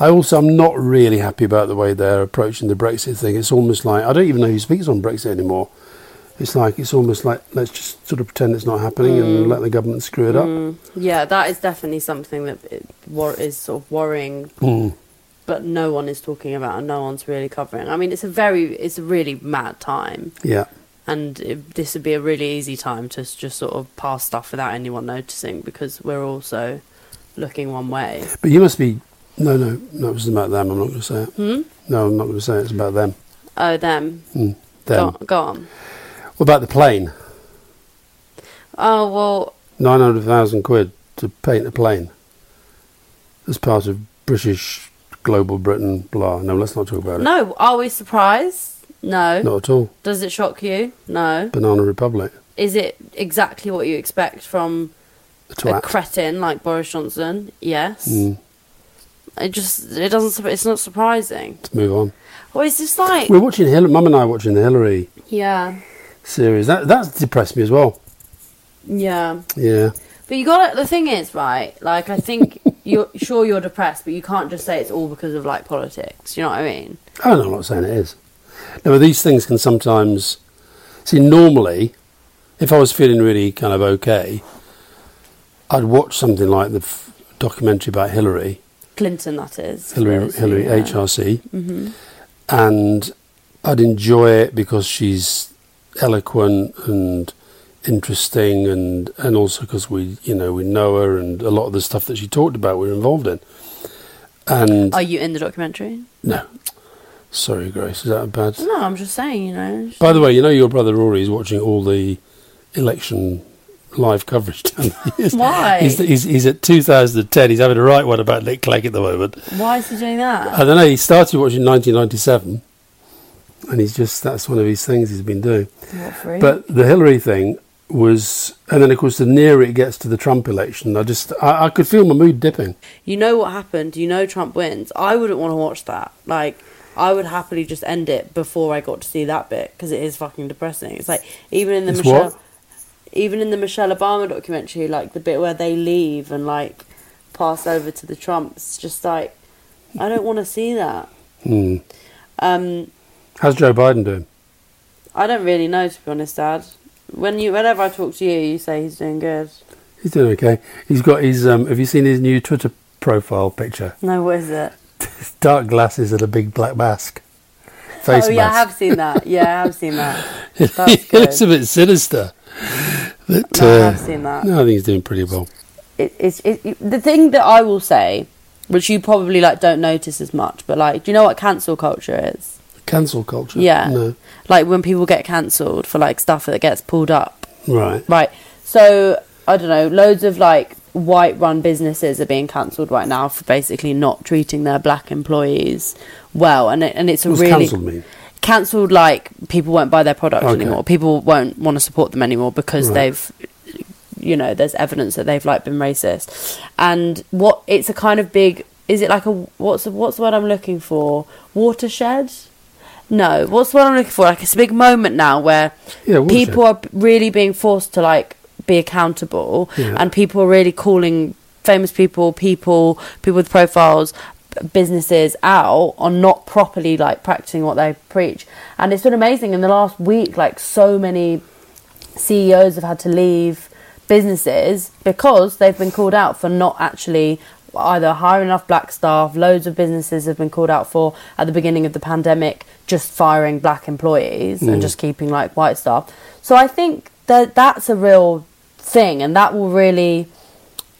[SPEAKER 6] I also am not really happy about the way they're approaching the Brexit thing. It's almost like I don't even know who speaks on Brexit anymore. It's like it's almost like let's just sort of pretend it's not happening and let the government screw it up.
[SPEAKER 5] Yeah, that is definitely something that it wor- is sort of worrying,
[SPEAKER 6] Mm,
[SPEAKER 5] but no one is talking about and no one's really covering. I mean, it's a very, it's a really mad time,
[SPEAKER 6] Yeah.
[SPEAKER 5] and it, this would be a really easy time to s- just sort of pass stuff without anyone noticing because we're also looking one way.
[SPEAKER 6] But you must be. No, no, no, it was about them. I'm not going to say it. No, I'm not going to say it. It's about them. Hmm,
[SPEAKER 5] Oh, them.
[SPEAKER 6] Them.
[SPEAKER 5] Go, go on.
[SPEAKER 6] What about the plane?
[SPEAKER 5] Oh well,
[SPEAKER 6] 900,000 quid to paint a plane as part of British, global Britain, blah. No, let's not talk about it.
[SPEAKER 5] no. Are we surprised? No.
[SPEAKER 6] Not at all.
[SPEAKER 5] Does it shock you? No.
[SPEAKER 6] Banana Republic.
[SPEAKER 5] Is it exactly what you expect from
[SPEAKER 6] A
[SPEAKER 5] a
[SPEAKER 6] twat.
[SPEAKER 5] cretin like Boris Johnson. Yes.
[SPEAKER 6] Mm.
[SPEAKER 5] It just it doesn't sur- it's not surprising.
[SPEAKER 6] Let's move on.
[SPEAKER 5] Or it's just like
[SPEAKER 6] We're watching Hillary. Mum and I are watching the Hillary
[SPEAKER 5] yeah.
[SPEAKER 6] series. That That's depressed me as well.
[SPEAKER 5] Yeah.
[SPEAKER 6] Yeah.
[SPEAKER 5] But you got to the thing is, right? Like I
[SPEAKER 6] *laughs*
[SPEAKER 5] think you're sure you're depressed, but you can't just say it's all because of like politics. You know what I mean?
[SPEAKER 6] Oh, no, I'm not saying it is. No, but these things can sometimes. See, normally, if I was feeling really kind of okay, I'd watch something like the f- documentary about Hillary,
[SPEAKER 5] Clinton that is.
[SPEAKER 6] Hillary,
[SPEAKER 5] Obviously,
[SPEAKER 6] Hillary
[SPEAKER 5] yeah. Mm-hmm.
[SPEAKER 6] HRC, and I'd enjoy it because she's eloquent and interesting, and and also because we, you know, we know her, and a lot of the stuff that she talked about, we we're involved in. And
[SPEAKER 5] Are you in the documentary?
[SPEAKER 6] no, sorry, Grace, is that a bad?
[SPEAKER 5] No, I'm just saying, you know.
[SPEAKER 6] By the way, you know your brother Rory is watching all the election live coverage down the years.
[SPEAKER 5] Why?
[SPEAKER 6] *laughs* He's, he's, he's at 2010. He's having a right one about Nick Clegg at the moment.
[SPEAKER 5] Why is he doing that?
[SPEAKER 6] I don't know. He started watching 1997, and he's just that's one of his things he's been doing.
[SPEAKER 5] What for?
[SPEAKER 6] But the Hillary thing was, and then of course the nearer it gets to the Trump election, I just I, I could feel my mood dipping.
[SPEAKER 5] you know what happened. You know Trump wins. I wouldn't want to watch that. Like, I would happily just end it before I got to see that bit because it is fucking depressing. It's like even in the
[SPEAKER 6] It's
[SPEAKER 5] Michelle,
[SPEAKER 6] what?
[SPEAKER 5] even in the Michelle Obama documentary, like the bit where they leave and like pass over to the Trumps. Just like, I don't want to see that.
[SPEAKER 6] Hmm.
[SPEAKER 5] Um,
[SPEAKER 6] How's Joe Biden doing?
[SPEAKER 5] I don't really know to be honest, Dad. When you, whenever I talk to you, you say he's doing good.
[SPEAKER 6] He's doing okay. He's got his. Um, have you seen his new Twitter profile picture?
[SPEAKER 5] No, what is it?
[SPEAKER 6] Dark glasses and a big black mask. Face
[SPEAKER 5] oh
[SPEAKER 6] mask.
[SPEAKER 5] yeah, I
[SPEAKER 6] *laughs*
[SPEAKER 5] have seen that. Yeah, I have seen that. That's
[SPEAKER 6] it looks a
[SPEAKER 5] good.
[SPEAKER 6] bit sinister. But,
[SPEAKER 5] No, I
[SPEAKER 6] uh,
[SPEAKER 5] have seen that.
[SPEAKER 6] No, I think he's doing pretty well.
[SPEAKER 5] It, it's it, it- the thing that I will say, which you probably like don't notice as much, but like, do you know what cancel culture is?
[SPEAKER 6] Cancel culture.
[SPEAKER 5] Yeah,
[SPEAKER 6] No.
[SPEAKER 5] like when people get cancelled for like stuff that gets pulled up.
[SPEAKER 6] Right.
[SPEAKER 5] Right. So I don't know. Loads of like white run businesses are being cancelled right now for basically not treating their black employees well, and it, and it's a
[SPEAKER 6] What's
[SPEAKER 5] really
[SPEAKER 6] cancelled mean?
[SPEAKER 5] cancelled like people won't buy their product
[SPEAKER 6] Okay.
[SPEAKER 5] anymore. People won't want to support them anymore because
[SPEAKER 6] Right.
[SPEAKER 5] they've you know there's evidence that they've like been racist. And what it's a kind of big is it like a what's the, what's the word I'm looking for? Watershed? No, what's the word I'm looking for? Like it's a big moment now where
[SPEAKER 6] Yeah, watershed.
[SPEAKER 5] people are really being forced to like be accountable
[SPEAKER 6] Yeah.
[SPEAKER 5] and people are really calling famous people, people, people with profiles, b- businesses out on not properly like practicing what they preach. And it's been amazing in the last week, like so many CEOs have had to leave businesses because they've been called out for not actually either hiring enough black staff. Loads of businesses have been called out for at the beginning of the pandemic just firing black employees and just keeping like white staff. So I think that that's a real thing, and that will really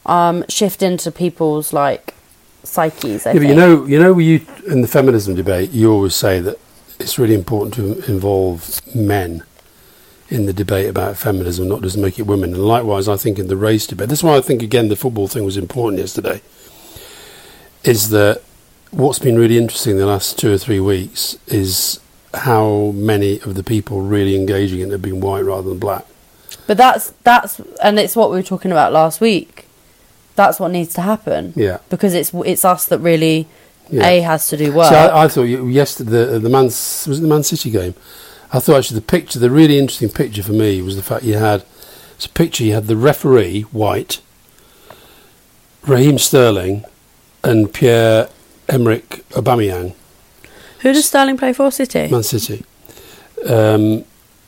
[SPEAKER 5] um, shift into people's like psyches. I
[SPEAKER 6] Yeah,
[SPEAKER 5] think.
[SPEAKER 6] but you know, you know, you in the feminism debate, you always say that it's really important to involve men in the debate about feminism, not just make it women. And likewise, I think in the race debate, that's why I think again the football thing was important yesterday. Is that what's been really interesting the last two or three weeks is how many of the people really engaging in it have been white rather than black.
[SPEAKER 5] but that's that's and it's what we were talking about last week. That's what needs to happen.
[SPEAKER 6] Yeah.
[SPEAKER 5] because it's it's us that really
[SPEAKER 6] Yeah.
[SPEAKER 5] a has to do work.
[SPEAKER 6] See, I, I thought y- yesterday the, the Man was it the Man City game. I thought actually the picture, the really interesting picture for me was the fact you had it's a picture you had the referee White, Raheem Sterling, and Pierre Emerick Aubameyang,
[SPEAKER 5] Who does Sterling play for? City.
[SPEAKER 6] Man City, um,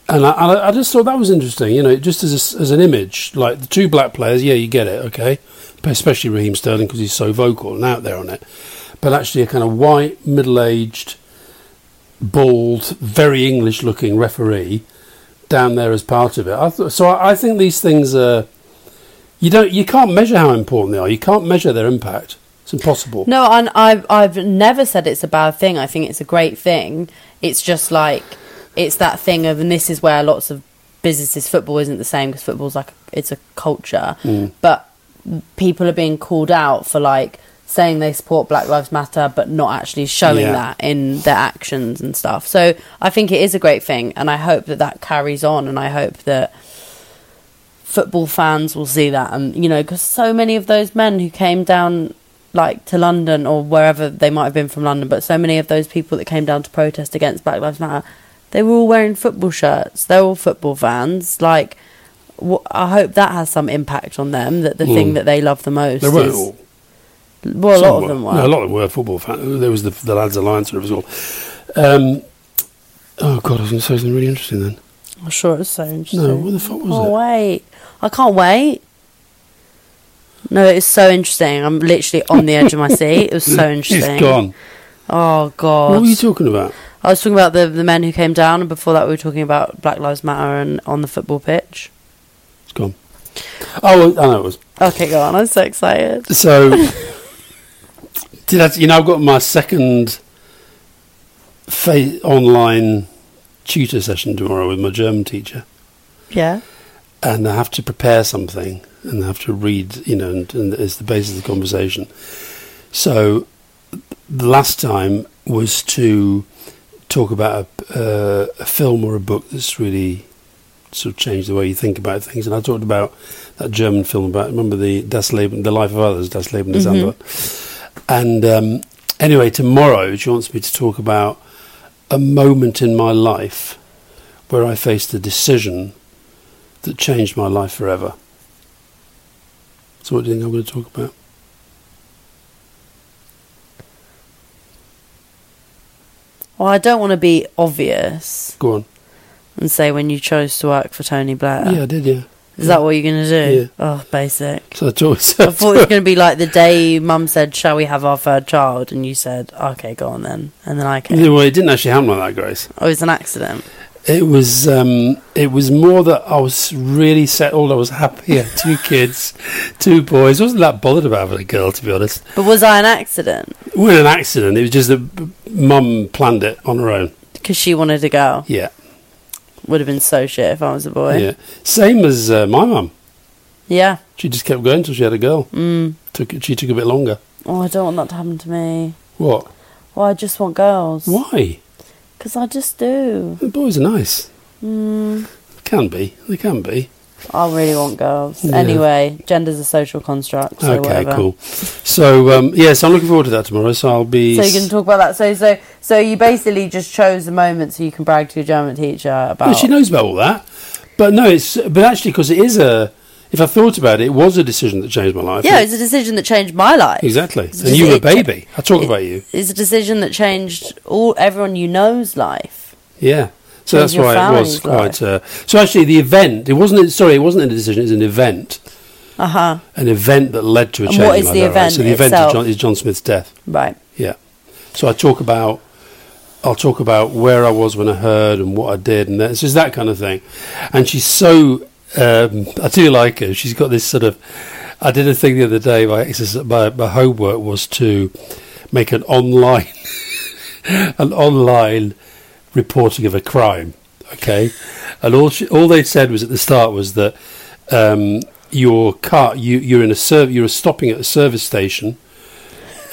[SPEAKER 6] and I, I, I just thought that was interesting. You know, just as a s as an image, like the two black players, yeah, you get it, okay, but especially Raheem Sterling because he's so vocal and out there on it, but actually a kind of white, middle-aged bald, very English looking referee down there as part of it. I th- so I, I think these things are you don't you can't measure how important they are. You can't measure their impact. It's impossible.
[SPEAKER 5] No, and I've I've never said it's a bad thing. I think it's a great thing. It's just like it's that thing of, and this is where lots of businesses football isn't the same because football's like it's a culture, but people are being called out for like saying they support Black Lives Matter, but not actually showing
[SPEAKER 6] Yeah.
[SPEAKER 5] that in their actions and stuff. So I think it is a great thing, and I hope that that carries on, and I hope that football fans will see that and you know because so many of those men who came down like to london or wherever they might have been from london but so many of those people that came down to protest against black lives matter they were all wearing football shirts they're all football fans like wh- i hope that has some impact on them that the thing that they love the most
[SPEAKER 6] Mm. They weren't
[SPEAKER 5] is-
[SPEAKER 6] all.
[SPEAKER 5] well a lot
[SPEAKER 6] Some
[SPEAKER 5] of them were
[SPEAKER 6] No, a lot of them were football fans. There was the, the lads alliance or whatever it's called. Um, oh god, I was going to say something really interesting then.
[SPEAKER 5] i'm sure it was so interesting
[SPEAKER 6] No, what the fuck was
[SPEAKER 5] oh
[SPEAKER 6] it?
[SPEAKER 5] wait i can't wait no it's so interesting i'm literally on the edge of my seat it was
[SPEAKER 6] *laughs*
[SPEAKER 5] so interesting
[SPEAKER 6] It's gone.
[SPEAKER 5] Oh God!
[SPEAKER 6] What were you talking about?
[SPEAKER 5] I was talking about the the men who came down, and before that, we were talking about Black Lives Matter and on the football pitch.
[SPEAKER 6] It's gone. Oh, I know it was.
[SPEAKER 5] Okay, go on. I'm so excited.
[SPEAKER 6] So, did I, you know, I've got my second fa- online tutor session tomorrow with my German teacher,
[SPEAKER 5] Yeah.
[SPEAKER 6] and I have to prepare something and I have to read, you know, and, and it's the basis of the conversation. So the last time was to talk about a, uh, a film or a book that's really sort of changed the way you think about things. And I talked about that German film about remember the Das Leben, the life of others, Das Leben des anderen. And um, anyway, tomorrow she wants me to talk about a moment in my life where I faced a decision that changed my life forever. So, what do you think I'm going to talk about?
[SPEAKER 5] Well, I don't want to be obvious
[SPEAKER 6] Go on.
[SPEAKER 5] and say when you chose to work for Tony Blair.
[SPEAKER 6] yeah, I did. Yeah.
[SPEAKER 5] Is that what you're going to do?
[SPEAKER 6] Yeah.
[SPEAKER 5] Oh, basic.
[SPEAKER 6] So I talked.
[SPEAKER 5] I thought it was going to be like the day Mum said, "Shall we have our third child?" and you said, "Okay, go on then." And then I came.
[SPEAKER 6] *laughs* well, it didn't actually happen like that, Grace.
[SPEAKER 5] Oh, it was an accident.
[SPEAKER 6] It was um, it was more that I was really settled. I was happy. I had two *laughs* kids, two boys. I wasn't that bothered about having a girl, to be honest.
[SPEAKER 5] But was I an accident?
[SPEAKER 6] It was an accident. It was just that b- mum planned it on her own.
[SPEAKER 5] Because she wanted a girl.
[SPEAKER 6] Yeah,
[SPEAKER 5] Would have been so shit if I was a boy.
[SPEAKER 6] yeah. Same as uh, my mum.
[SPEAKER 5] Yeah.
[SPEAKER 6] She just kept going till she had a girl. Mm. Took it- she took a bit longer.
[SPEAKER 5] Oh, I don't want that to happen to me.
[SPEAKER 6] What?
[SPEAKER 5] Well, I just want girls.
[SPEAKER 6] Why?
[SPEAKER 5] Because I just do.
[SPEAKER 6] The boys are nice. Mm. Can be. They can be.
[SPEAKER 5] I really want girls.
[SPEAKER 6] Yeah.
[SPEAKER 5] Anyway, gender's a social construct. So
[SPEAKER 6] okay,
[SPEAKER 5] whatever.
[SPEAKER 6] cool. So um, yes, I'm looking forward to that tomorrow. So I'll be.
[SPEAKER 5] So you can
[SPEAKER 6] s-
[SPEAKER 5] talk about that. So so so you basically just chose a moment so you can brag to your German teacher about.
[SPEAKER 6] No, she knows about all that. But no, it's but actually because it is a. If I thought about it, it was a decision that changed my life.
[SPEAKER 5] Yeah, it's a decision that changed my life.
[SPEAKER 6] exactly.
[SPEAKER 5] It's
[SPEAKER 6] And you were a
[SPEAKER 5] just- it-
[SPEAKER 6] baby. I talk
[SPEAKER 5] it-
[SPEAKER 6] about you.
[SPEAKER 5] It's a decision that changed all everyone you know's life.
[SPEAKER 6] Yeah. So
[SPEAKER 5] Changed
[SPEAKER 6] that's
[SPEAKER 5] your
[SPEAKER 6] why it
[SPEAKER 5] family's
[SPEAKER 6] was quite.
[SPEAKER 5] life.
[SPEAKER 6] Uh, so actually, the event. It wasn't. Sorry, it wasn't a decision. It was an event.
[SPEAKER 5] Uh huh.
[SPEAKER 6] An event that led to a
[SPEAKER 5] And
[SPEAKER 6] change.
[SPEAKER 5] what
[SPEAKER 6] in
[SPEAKER 5] is
[SPEAKER 6] my
[SPEAKER 5] the
[SPEAKER 6] life, right?
[SPEAKER 5] event
[SPEAKER 6] So the event is
[SPEAKER 5] itself?
[SPEAKER 6] John, is John Smith's death.
[SPEAKER 5] Right.
[SPEAKER 6] Yeah. So I talk about I'll talk about where I was when I heard and what I did and that, it's just that kind of thing. And she's so um, I do like her. She's got this sort of I did a thing the other day. My exercise, my, my homework was to make an online *laughs* an online reporting of a crime. Okay, and all she, all they said was at the start was that um, your car you you're in a serv- you're stopping at a service station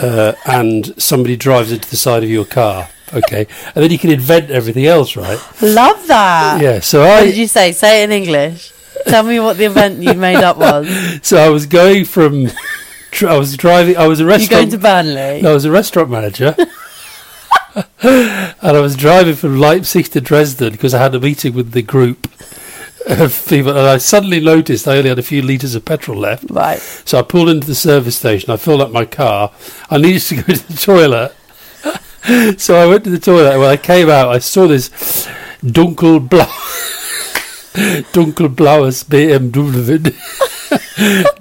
[SPEAKER 6] uh, and somebody drives into the side of your car. Okay, and then you can invent everything else, right?
[SPEAKER 5] *laughs* Love that.
[SPEAKER 6] Yeah. So
[SPEAKER 5] What
[SPEAKER 6] I
[SPEAKER 5] did you say? Say it in English. Tell me what the event you made up
[SPEAKER 6] *laughs*
[SPEAKER 5] was.
[SPEAKER 6] so I was going from tr- I was driving. I was a
[SPEAKER 5] You going
[SPEAKER 6] restaurant.
[SPEAKER 5] to Burnley?
[SPEAKER 6] no, I was a restaurant
[SPEAKER 5] *laughs*
[SPEAKER 6] manager. and I was driving from Leipzig to Dresden because I had a meeting with the group of people. And I suddenly noticed I only had a few litres of petrol left.
[SPEAKER 5] Right.
[SPEAKER 6] So I pulled into the service station. I filled up my car. I needed to go *laughs* to the toilet. *laughs* so I went to the toilet. When I came out, I saw this *laughs* dunkelblau, dunkelblaues BMW,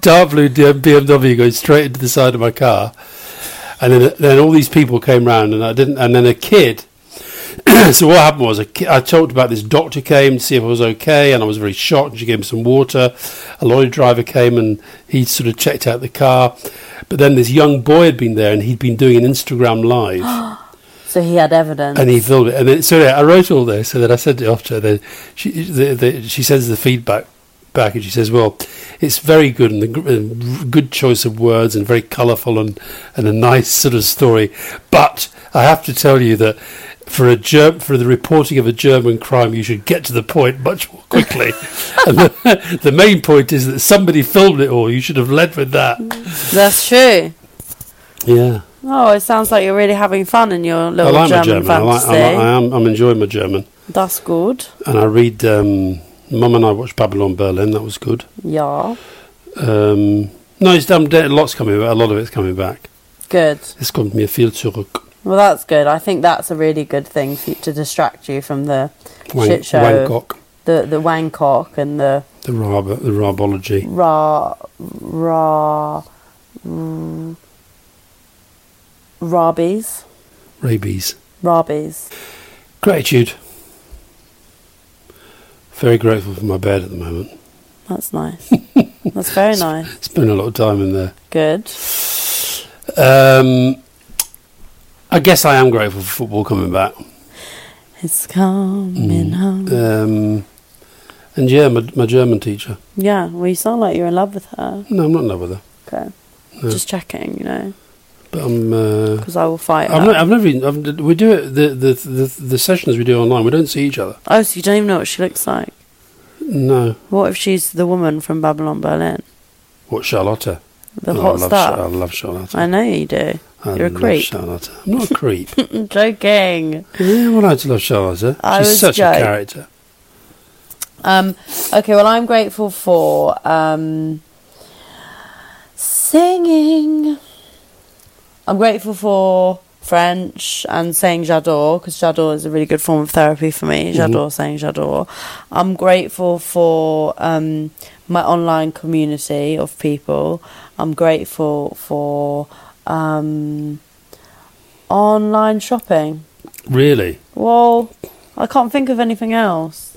[SPEAKER 6] *laughs* dark blue BMW going straight into the side of my car. And then, then all these people came round, and I didn't. And then a kid. *coughs* so what happened was, a ki- I talked about this doctor came to see if I was okay, and I was very shocked. And she gave me some water. A lorry driver came, and he sort of checked out the car. But then this young boy had been there, and he'd been doing an Instagram live.
[SPEAKER 5] So he had evidence.
[SPEAKER 6] And he filmed it. And then, so yeah, I wrote all this, and then I sent it off to her. Then she, the, the, she sends the feedback back, and she says, "Well, it's very good, and the gr- and good choice of words, and very colourful, and and a nice sort of story. But I have to tell you that." For a germ, for the reporting of a German crime, you should get to the point much more quickly. and the, the main point is that somebody filmed it all. You should have led with that.
[SPEAKER 5] That's true.
[SPEAKER 6] Yeah,
[SPEAKER 5] Oh, it sounds like you're really having fun in your
[SPEAKER 6] I
[SPEAKER 5] little
[SPEAKER 6] like my
[SPEAKER 5] German,
[SPEAKER 6] German. I, like,
[SPEAKER 5] fantasy.
[SPEAKER 6] I, like, I am. I'm enjoying my German.
[SPEAKER 5] That's good.
[SPEAKER 6] and I read. Um, Mum and I watched Babylon Berlin. That was good.
[SPEAKER 5] Yeah.
[SPEAKER 6] Um, no, it's damn dead. Lots coming. back. A lot of it's coming back.
[SPEAKER 5] Good.
[SPEAKER 6] It's kommt mir viel zurück.
[SPEAKER 5] Well, that's good. I think that's a really good thing for you, to distract you from the
[SPEAKER 6] Wang-
[SPEAKER 5] shit show,
[SPEAKER 6] Wangkok,
[SPEAKER 5] the the Wangkok and the
[SPEAKER 6] the Rab, the Rabology.
[SPEAKER 5] ra ra mm, rabies
[SPEAKER 6] rabies,
[SPEAKER 5] rabies.
[SPEAKER 6] gratitude. Very grateful for my bed at the moment.
[SPEAKER 5] That's
[SPEAKER 6] *laughs*
[SPEAKER 5] nice. that's very nice.
[SPEAKER 6] Spent a lot of time in there.
[SPEAKER 5] Good.
[SPEAKER 6] Um, I guess I am grateful for football coming back. Mm.
[SPEAKER 5] It's coming home.
[SPEAKER 6] Um, And yeah, my, my German teacher.
[SPEAKER 5] Yeah, well, you sound like you're in love with her.
[SPEAKER 6] No, I'm not in love with her.
[SPEAKER 5] Okay.
[SPEAKER 6] No.
[SPEAKER 5] Just checking, you know,
[SPEAKER 6] But I'm. Uh,
[SPEAKER 5] because I will fight
[SPEAKER 6] I've,
[SPEAKER 5] her.
[SPEAKER 6] not, I've never even. I've, we do it. The, the the the sessions we do online. We don't see each other.
[SPEAKER 5] oh, so you don't even know what she looks like.
[SPEAKER 6] No.
[SPEAKER 5] What if she's the woman from Babylon Berlin?
[SPEAKER 6] What Charlotta?
[SPEAKER 5] The
[SPEAKER 6] Oh, I
[SPEAKER 5] hot
[SPEAKER 6] love
[SPEAKER 5] stuff.
[SPEAKER 6] Char- I love Charlotta.
[SPEAKER 5] I know you do.
[SPEAKER 6] I
[SPEAKER 5] You're a
[SPEAKER 6] love
[SPEAKER 5] creep.
[SPEAKER 6] Charlotta. I'm not a creep.
[SPEAKER 5] I'm *laughs* joking.
[SPEAKER 6] yeah, well, I do love Charlotta.
[SPEAKER 5] I
[SPEAKER 6] She's
[SPEAKER 5] was
[SPEAKER 6] such a
[SPEAKER 5] joking.
[SPEAKER 6] character.
[SPEAKER 5] Um, okay, well, I'm grateful for um, singing. I'm grateful for French and saying j'adore because j'adore is a really good form of therapy for me. J'adore saying j'adore. I'm grateful for um, my online community of people. I'm grateful for um, online shopping.
[SPEAKER 6] Really.
[SPEAKER 5] Well, I can't think of anything else.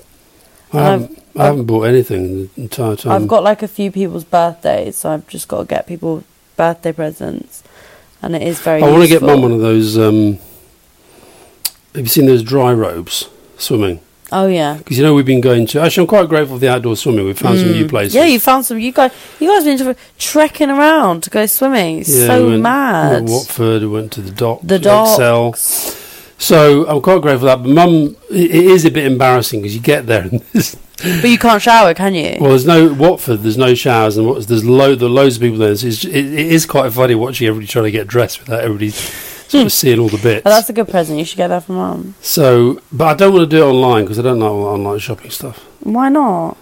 [SPEAKER 6] I
[SPEAKER 5] And
[SPEAKER 6] haven't, I haven't bought anything in the entire time.
[SPEAKER 5] I've got like a few people's birthdays, so I've just got to get people birthday presents, and it is very.
[SPEAKER 6] I want to get
[SPEAKER 5] useful.
[SPEAKER 6] mum one of those. Um, have you seen those dry robes swimming?
[SPEAKER 5] Oh yeah,
[SPEAKER 6] Because you know we've been going to. Actually, I'm quite grateful for the outdoor swimming. We found some new places.
[SPEAKER 5] Mm. yeah. You found some. You guys, you guys been tre- trekking around to go swimming. It's
[SPEAKER 6] Yeah,
[SPEAKER 5] so
[SPEAKER 6] we went, We
[SPEAKER 5] mad.
[SPEAKER 6] went to Watford. We went to the dock.
[SPEAKER 5] the
[SPEAKER 6] Excel.
[SPEAKER 5] docks.
[SPEAKER 6] So I'm quite grateful for that. But mum, i- it is a bit embarrassing because you get there and *laughs* there's
[SPEAKER 5] but you can't shower, can you?
[SPEAKER 6] well, there's no Watford. There's no showers and what, there's lo- there are loads of people there. It's, it's, it, it is quite funny watching everybody trying to get dressed without everybody sort of seeing all the bits.
[SPEAKER 5] But Hmm. that's a good present. You should get that for mum.
[SPEAKER 6] so, but I don't want to do it online because I don't like all online shopping stuff.
[SPEAKER 5] Why not?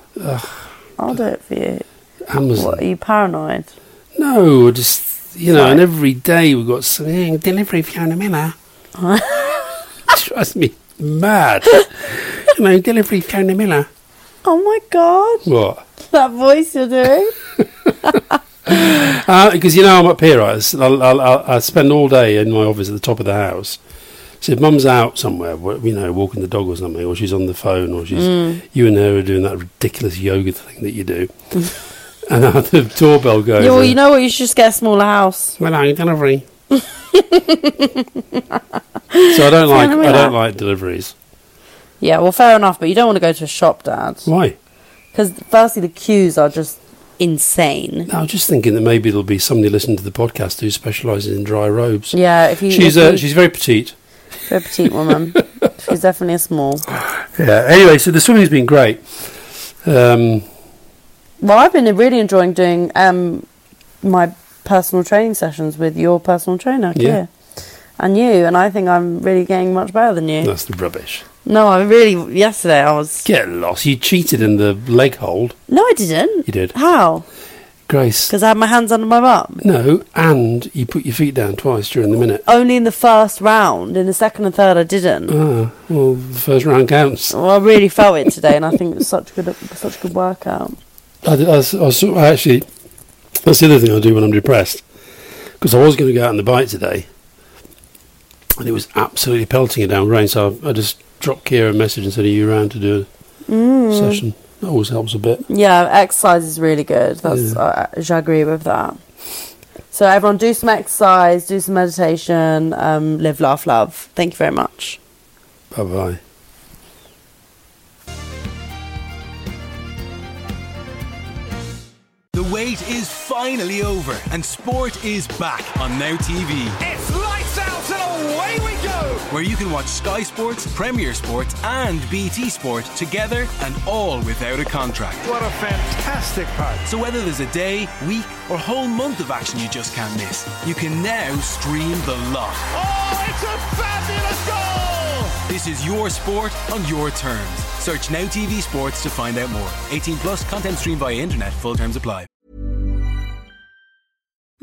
[SPEAKER 5] I'll do it for you.
[SPEAKER 6] Amazon.
[SPEAKER 5] What, are you paranoid?
[SPEAKER 6] No, just you know, and every day we've got something delivery Fiona
[SPEAKER 5] *laughs*
[SPEAKER 6] Miller. Trust me,
[SPEAKER 5] *laughs*
[SPEAKER 6] mad. you know, delivery Fiona Miller.
[SPEAKER 5] Oh my god, *laughs*
[SPEAKER 6] What?
[SPEAKER 5] that voice you're doing.
[SPEAKER 6] Because Uh, you know I'm up here. Right? It's- I'll, I'll, I'll, I spend all day in my office at the top of the house. So if Mum's out somewhere, wa- you know, walking the dog or something, or she's on the phone, or she's
[SPEAKER 5] Mm.
[SPEAKER 6] you and her are doing that ridiculous yoga thing that you do, *laughs* and uh, the doorbell goes.
[SPEAKER 5] Yeah, well,
[SPEAKER 6] and-
[SPEAKER 5] Mm. you know what? You should just get a smaller house.
[SPEAKER 6] Well,
[SPEAKER 5] *laughs*
[SPEAKER 6] I delivery. so I don't like I don't like deliveries.
[SPEAKER 5] Yeah, well, fair enough. But you don't want to go to a shop, Dad.
[SPEAKER 6] Why?
[SPEAKER 5] Because firstly, the queues are just insane.
[SPEAKER 6] I was just thinking that maybe there'll be somebody listening to the podcast who specialises in dry robes.
[SPEAKER 5] Yeah, if you
[SPEAKER 6] she's
[SPEAKER 5] if
[SPEAKER 6] uh,
[SPEAKER 5] you-
[SPEAKER 6] she's very petite.
[SPEAKER 5] a petite woman. she's definitely a small.
[SPEAKER 6] Yeah. Anyway, so the swimming's been great. Um,
[SPEAKER 5] Well, I've been really enjoying doing um, my personal training sessions with your personal trainer, Kia, and you. And I think I'm really getting much better than you.
[SPEAKER 6] that's the rubbish.
[SPEAKER 5] No, I really. Yesterday, I was.
[SPEAKER 6] Get lost. You cheated in the leg hold.
[SPEAKER 5] No, I didn't.
[SPEAKER 6] You did.
[SPEAKER 5] How?
[SPEAKER 6] Grace.
[SPEAKER 5] Because I had my hands under my bum.
[SPEAKER 6] No, and you put your feet down twice during the minute.
[SPEAKER 5] Only in the first round. In the second and third, I didn't.
[SPEAKER 6] Ah, well, the first round counts.
[SPEAKER 5] Well, I really felt it today, and I think it was such good, such a good workout.
[SPEAKER 6] I, did- I was, I was sort of- I actually, that's the other thing I do when I'm depressed, because I was going to go out on the bike today, and it was absolutely pelting it down rain. So I, I just dropped Kira a message and said, "Are you around to do a session?" That always helps a bit.
[SPEAKER 5] Yeah, exercise is really good. That's
[SPEAKER 6] Yeah.
[SPEAKER 5] uh, I agree with that. So everyone, do some exercise, do some meditation, um, live, laugh, love. Thank you very much.
[SPEAKER 6] Bye bye.
[SPEAKER 3] The wait is finally over, and sport is back on Now TV,
[SPEAKER 8] It's lights out and away we go.
[SPEAKER 3] where you can watch Sky Sports, Premier Sports, and BT Sport together and all without a contract.
[SPEAKER 8] What a fantastic part.
[SPEAKER 3] So whether there's a day, week, or whole month of action you just can't miss, you can now stream the lot.
[SPEAKER 8] Oh, it's a fabulous goal.
[SPEAKER 3] This is your sport on your terms. Search Now TV Sports to find out more. 18 plus content streamed via internet. Full terms apply.